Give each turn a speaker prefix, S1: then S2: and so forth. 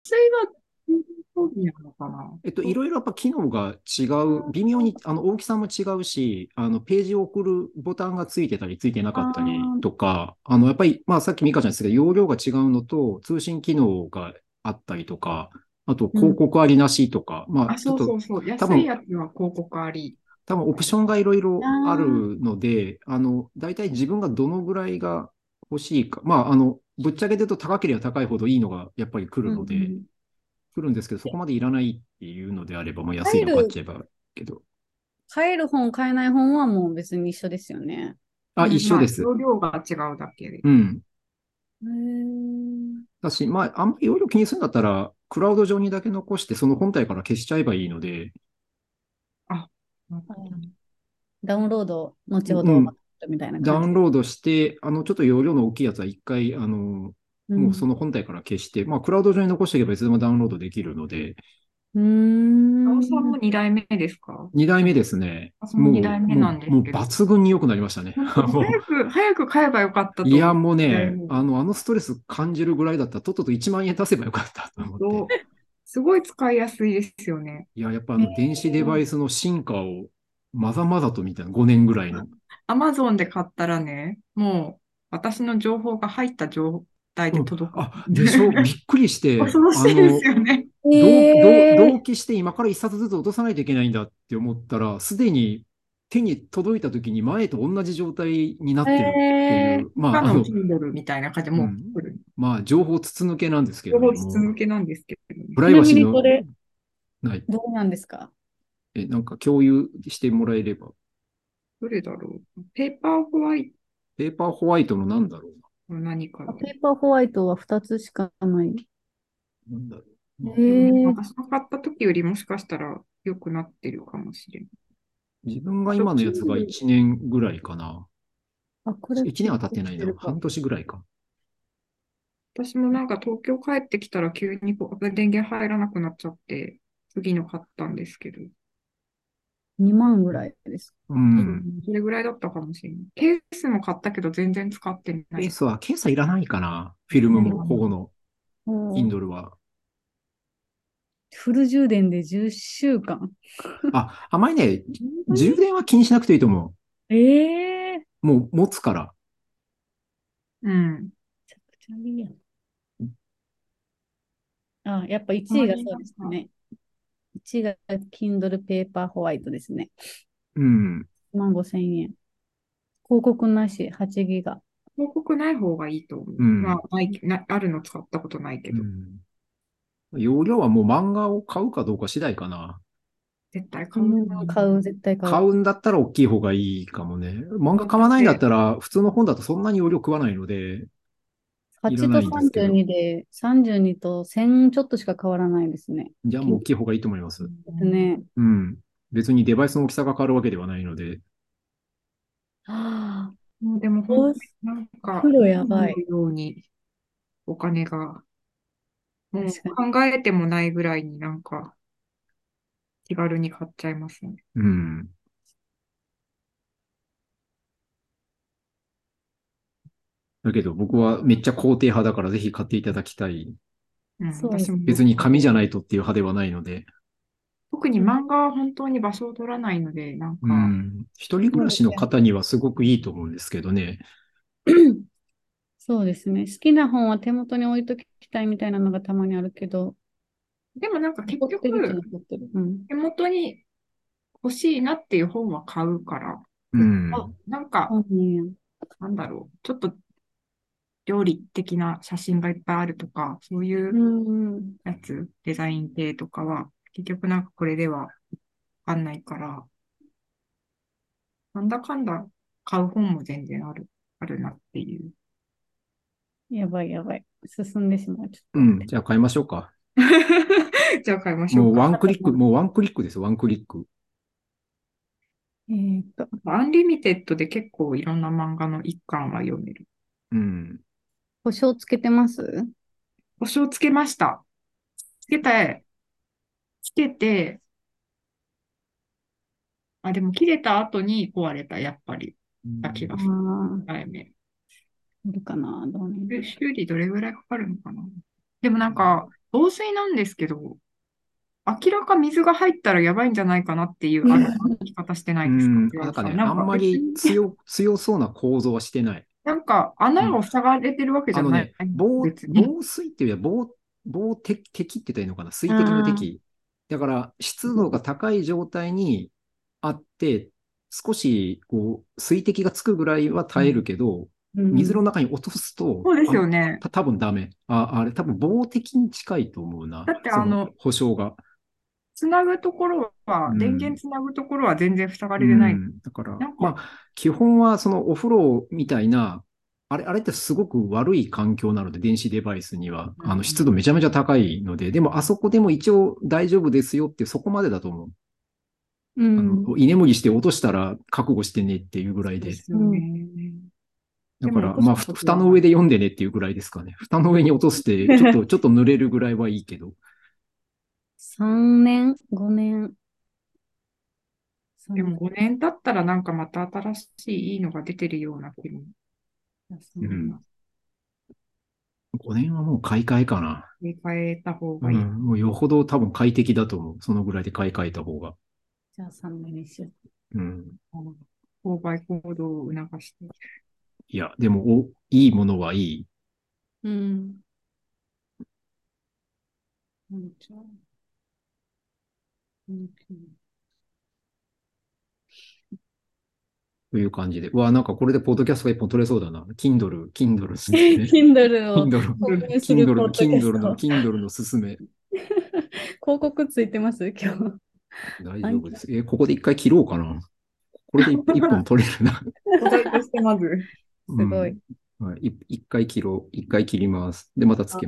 S1: 実際は、そうなのかな。
S2: えっと、いろいろやっぱ機能が違う、微妙にあの大きさも違うし、あのページを送るボタンがついてたり、ついてなかったりとか、あのやっぱり、まあ、さっき美香ちゃんですけど、容量が違うのと、通信機能があったりとか、あと広告ありなしとか、まあ、
S1: あ、
S2: ち
S1: そ
S2: ょっ
S1: う
S2: と
S1: そうそう。
S2: 多
S1: 安
S2: 分
S1: いやつは広告あり。
S2: 多分オプションがいろいろあるので、あの、大体自分がどのぐらいが欲しいか、まあ、あの、ぶっちゃけて言うと高ければ高いほどいいのがやっぱり来るので、
S1: うんうん
S2: 来るんですけど、そこまでいらないっていうのであれば、もう安いの買っちゃえばけど。
S3: 買える本、買えない本はもう別に一緒ですよね。
S2: あ、一緒です。
S1: まあ容量が違うだけで。
S2: うん。
S3: へー
S2: だし、まあ、あんまり容量気にするんだったら、クラウド上にだけ残して、その本体から消しちゃえばいいので、
S3: ダウンロード、後ほ
S2: う
S3: ど
S2: ん
S3: みたいな
S2: ダウ
S3: 感
S2: ンロードして、あの、ちょっと容量の大きいやつは一回、あの、
S3: じ。
S2: もうその本体から消して、まあ、クラウド上に残しておけばいつでもダウンロードできるので、
S3: うん。
S1: な
S3: うー
S1: お
S3: ん
S1: さんも2代目ですか
S2: 二代目ですね。
S1: 私も二代目なんですけど
S2: もうもう抜群に良くなりました ね。も
S1: 早く、早く買えばよかった
S2: う
S1: と。
S2: いや、もう
S1: う
S2: ね
S1: ん、
S2: あの、あのストレス感じるぐらいだったら、とっとと1万円出せばよかったと思
S1: そ
S2: っ
S1: う
S2: て。
S1: すごい使いやすいですよね。
S2: いや、やっぱあの、電子デバイスの進化をまざまざとみたいな、5年ぐらいの。
S1: アマゾンで買ったらね、もう私の情報が入った状態で届く。
S2: あ、でしょびっくりして、あ
S1: 恐ろしいですよね。
S3: へ
S2: の、
S3: ー
S2: 同同同期して今から1冊ずつ落とさないといけないんだって思ったら、すでに手に届いた時に前と同じ状態になってるって
S3: へ
S2: い
S3: ー
S2: う、まあ、
S1: 他
S2: あ
S1: の
S2: の、
S1: Kindle みたいな感じでもう来る。
S2: まあ、情報筒抜けなんですけ
S1: 情
S2: ど
S1: 報
S2: も、
S1: 筒抜けなんですけどね。
S2: プライバシー
S3: ちな
S2: の
S3: みにこれ、
S2: ない、
S3: どうなんですか
S2: え、なんか共有してもらえれば、
S1: どれだろう。ペーパーホワイ
S2: ペーパーホワイトのなんだろう
S1: トの何かだ。
S3: ペーパーホワイトは2つしかない。
S2: な、なんだろ
S3: へ
S2: う。
S3: ー
S1: 私が買った時よりもしかしたら良くなってるかもしれない。
S2: 自分が今のやつが1年ぐらいかな。
S3: あ、これ。
S2: 1年は経ってないな。半年ぐらいか。
S1: 私もなんか東京帰ってきたら急にこう電源入らなくなっちゃって、次の買ったんですけど、
S3: 2万ぐらいです。
S2: うん。
S1: それぐらいだったかもしれない。ケースも買ったけど全然使ってな
S2: ケー
S1: い。
S2: スは、ケースはいらないかな。フィルムも、保護の、
S3: うん
S2: Kindle は。
S3: フル充電で10週間。
S2: あ、あまりね、充電は気にしなくていいと思
S3: ええ
S2: う。
S3: め
S2: もう持つから。
S1: うん。
S3: ちゃくちゃいいやん。あ、やっぱ1位がそうですね。1位が Kindle Paper White ですね。
S2: うん。
S3: 1万5千円。広告なし、8ギガ。
S1: 広告ない方がいいと思う。
S2: うん
S1: まあないな、あるの使ったことないけ
S2: う
S1: ど、
S2: ん容量はもう漫画を買うかどうか次第かな。
S1: 絶対買うな。
S3: うん買う、絶対買う。
S2: 買うんだったら大きい方がいいかもね。漫画買わないんだったら、普通の本だとそんなに容量食わないので、
S3: 8
S2: いらないん
S3: と
S2: ですけど
S3: 32で、32と1000ちょっとしか変わらないですね。
S2: じゃあもう大きい方がいいと思います。
S3: ですね。
S2: うん。別にデバイスの大きさが変わるわけではないので。
S3: はあ
S1: もうでも本当になんか、
S3: 黒やばい。
S1: ようにお金が、もう
S3: 確か
S1: 考えてもないぐらいになんか、気軽に買っちゃいますね。
S2: うん。だけど僕はめっちゃ肯定派だからぜひ買っていただきたい。
S1: うん、
S3: そう
S1: 私も
S2: 別に紙じゃないとっていう派ではないので。
S1: 特に漫画は本当に場所を取らないので、なんか、
S2: うん。一人暮らしの方にはすごくいいと思うんですけどね。
S3: そうですね。好きな本は手元に置いときたいみたいなのがたまにあるけど、
S1: でもなんか結
S3: 残ってるっちゃ
S1: 局、
S3: 残ってる。うん。
S1: 手元に欲しいなっていう本は買うから、
S2: うん。
S1: なんか、
S3: そうなんや
S1: なんだろう、ちょっと料理的な写真がいっぱいあるとか、そういううん
S3: うん。
S1: やつ、デザイン系とかは、結局なんかこれではわかんないから、なんだかんだ買う本も全然ある、あるなっていう。
S3: やばいやばい。進んでしまう。ちょ
S2: う
S3: っと
S2: ん。じゃあ買いましょうか。
S1: じゃあ買いましょ
S2: も
S1: う
S2: う
S1: か。
S2: ワンクリック、もうワンクリックですよ、ワンクリック。
S3: えーっと、
S1: アンリミテッドで結構いろんな漫画の一巻は読める。
S2: うん。
S3: 保証つけてます
S1: 星をつけました。つけて、つけて、あ、でも切れた後に壊れた、やっぱり。だけが
S3: ああ、
S1: はいね
S3: いるかなどうね。
S1: 修理どれぐらいかかるのかなでもなんか、防水なんですけど、明らか水が入ったらやばいんじゃないかなっていう
S3: うん
S1: あの歩き方してな
S2: う
S1: いですか
S2: ん、
S1: 岩
S2: なん
S1: 尾さ
S2: か
S1: ん
S2: ね、
S1: なん
S2: あん
S1: か
S2: まり強、強そうな構造はしてない。
S1: なんか穴を塞がれてるわけじ
S2: あ
S1: ゃ
S2: の
S1: ない
S2: ね、。防、
S1: 別に
S2: 防水っていうよりは防、防滴、滴って言ったらいいのかな水滴の滴。だから、湿度が高い状態にあって、少し、こう、水滴がつくぐらいは耐えるけど、水の中に落とすと、
S1: そうですよ
S2: ね。
S1: ね。
S2: た多分ダメ。あ、あれ、多分防滴に近いと思うな。
S1: だって
S2: そ
S1: あの
S2: 保証が。
S1: つなぐところは
S2: う、ん
S1: 電源つなぐところは全然塞がれてな
S2: う
S1: い。
S2: んだから
S1: なんか、
S2: まあ、基本はそのお風呂みたいな、あれ、あれってすごく悪い環境なので、電子デバイスには。
S1: うん
S2: あの、湿度めちゃめちゃ高いので、でもあそこでも一応大丈夫ですよってそこまでだと思う。
S3: う
S2: あ
S3: ん。
S2: の、居眠りして落としたら覚悟してねっていうぐらい
S1: で
S2: で。
S1: すよね。
S2: だから、
S1: でも
S2: まあ、ふ蓋の上で読んでねっていうぐらいで すかね。蓋の上に落として、ちょっと、ちょっと濡れるぐらいはいいけど。
S3: 3年、5年。
S1: でも5年経ったらなんかまた新しいいいのが出てるような気も。
S2: うん5年はもう買い替えかな。
S1: 入れ替えた方
S2: う
S1: がいい。
S2: ん、もうよほど多分快適だと思う。そのぐらいで買い替えた方が。
S3: じゃあ3年にしよう。
S2: うん。
S1: 購買行動を促して。
S2: いや、でも、お、いいものはいい。
S3: うん。うんちょうん
S2: という感じで。うわ、なんかこれでポッドキャストが一本取れそうだな。Kindle、Kindle すすめ ね。
S3: Kindle を
S2: Kindle、
S3: 購入す
S2: Kindle
S3: るポッ
S2: の、
S3: ドキャス
S2: Kindle
S3: ト。
S2: の、Kindle のすすめ。
S3: 広告ついてます今日。
S2: 大丈夫です。えーここで一回切ろうかな。これで一一本取れる な。
S1: お題としてまず。
S3: すごい。
S2: うんはい。い一回切ろう。一回切ります。で、またつけます